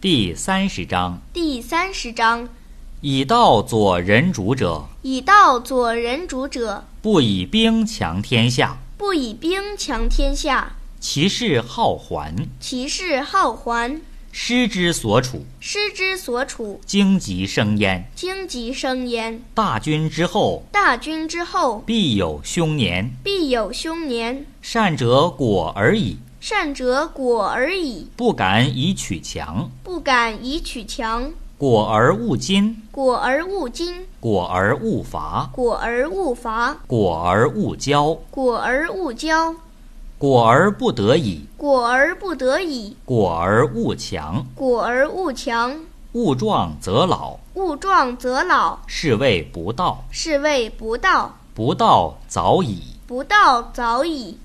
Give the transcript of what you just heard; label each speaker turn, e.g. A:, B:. A: 第三十章：
B: 第三十章：
A: 以道佐人主者，
B: 以道佐人主者，
A: 不以兵强天下，
B: 不以兵强天下，
A: 其势好还。
B: 其势好还。
A: 师之所处，
B: 师之所处，
A: 荆棘生焉。
B: 荆棘生焉。
A: 大军之后，
B: 大军之后，
A: 必有凶年。
B: 必有凶年。
A: 善者果而已，
B: 善者果而已，
A: 不敢以取强；
B: 不敢以取强。
A: 果而勿矜，
B: 果而勿矜，
A: 果而勿伐，
B: 果而勿伐，
A: 果而勿骄，
B: 果而勿骄，
A: 果而不得已，
B: 果而不得已，
A: 果而勿强。
B: 果而勿强。
A: 物壮则老，
B: 物壮则老，
A: 是谓不道；
B: 是谓不道。
A: 不道早已。
B: 不道早已。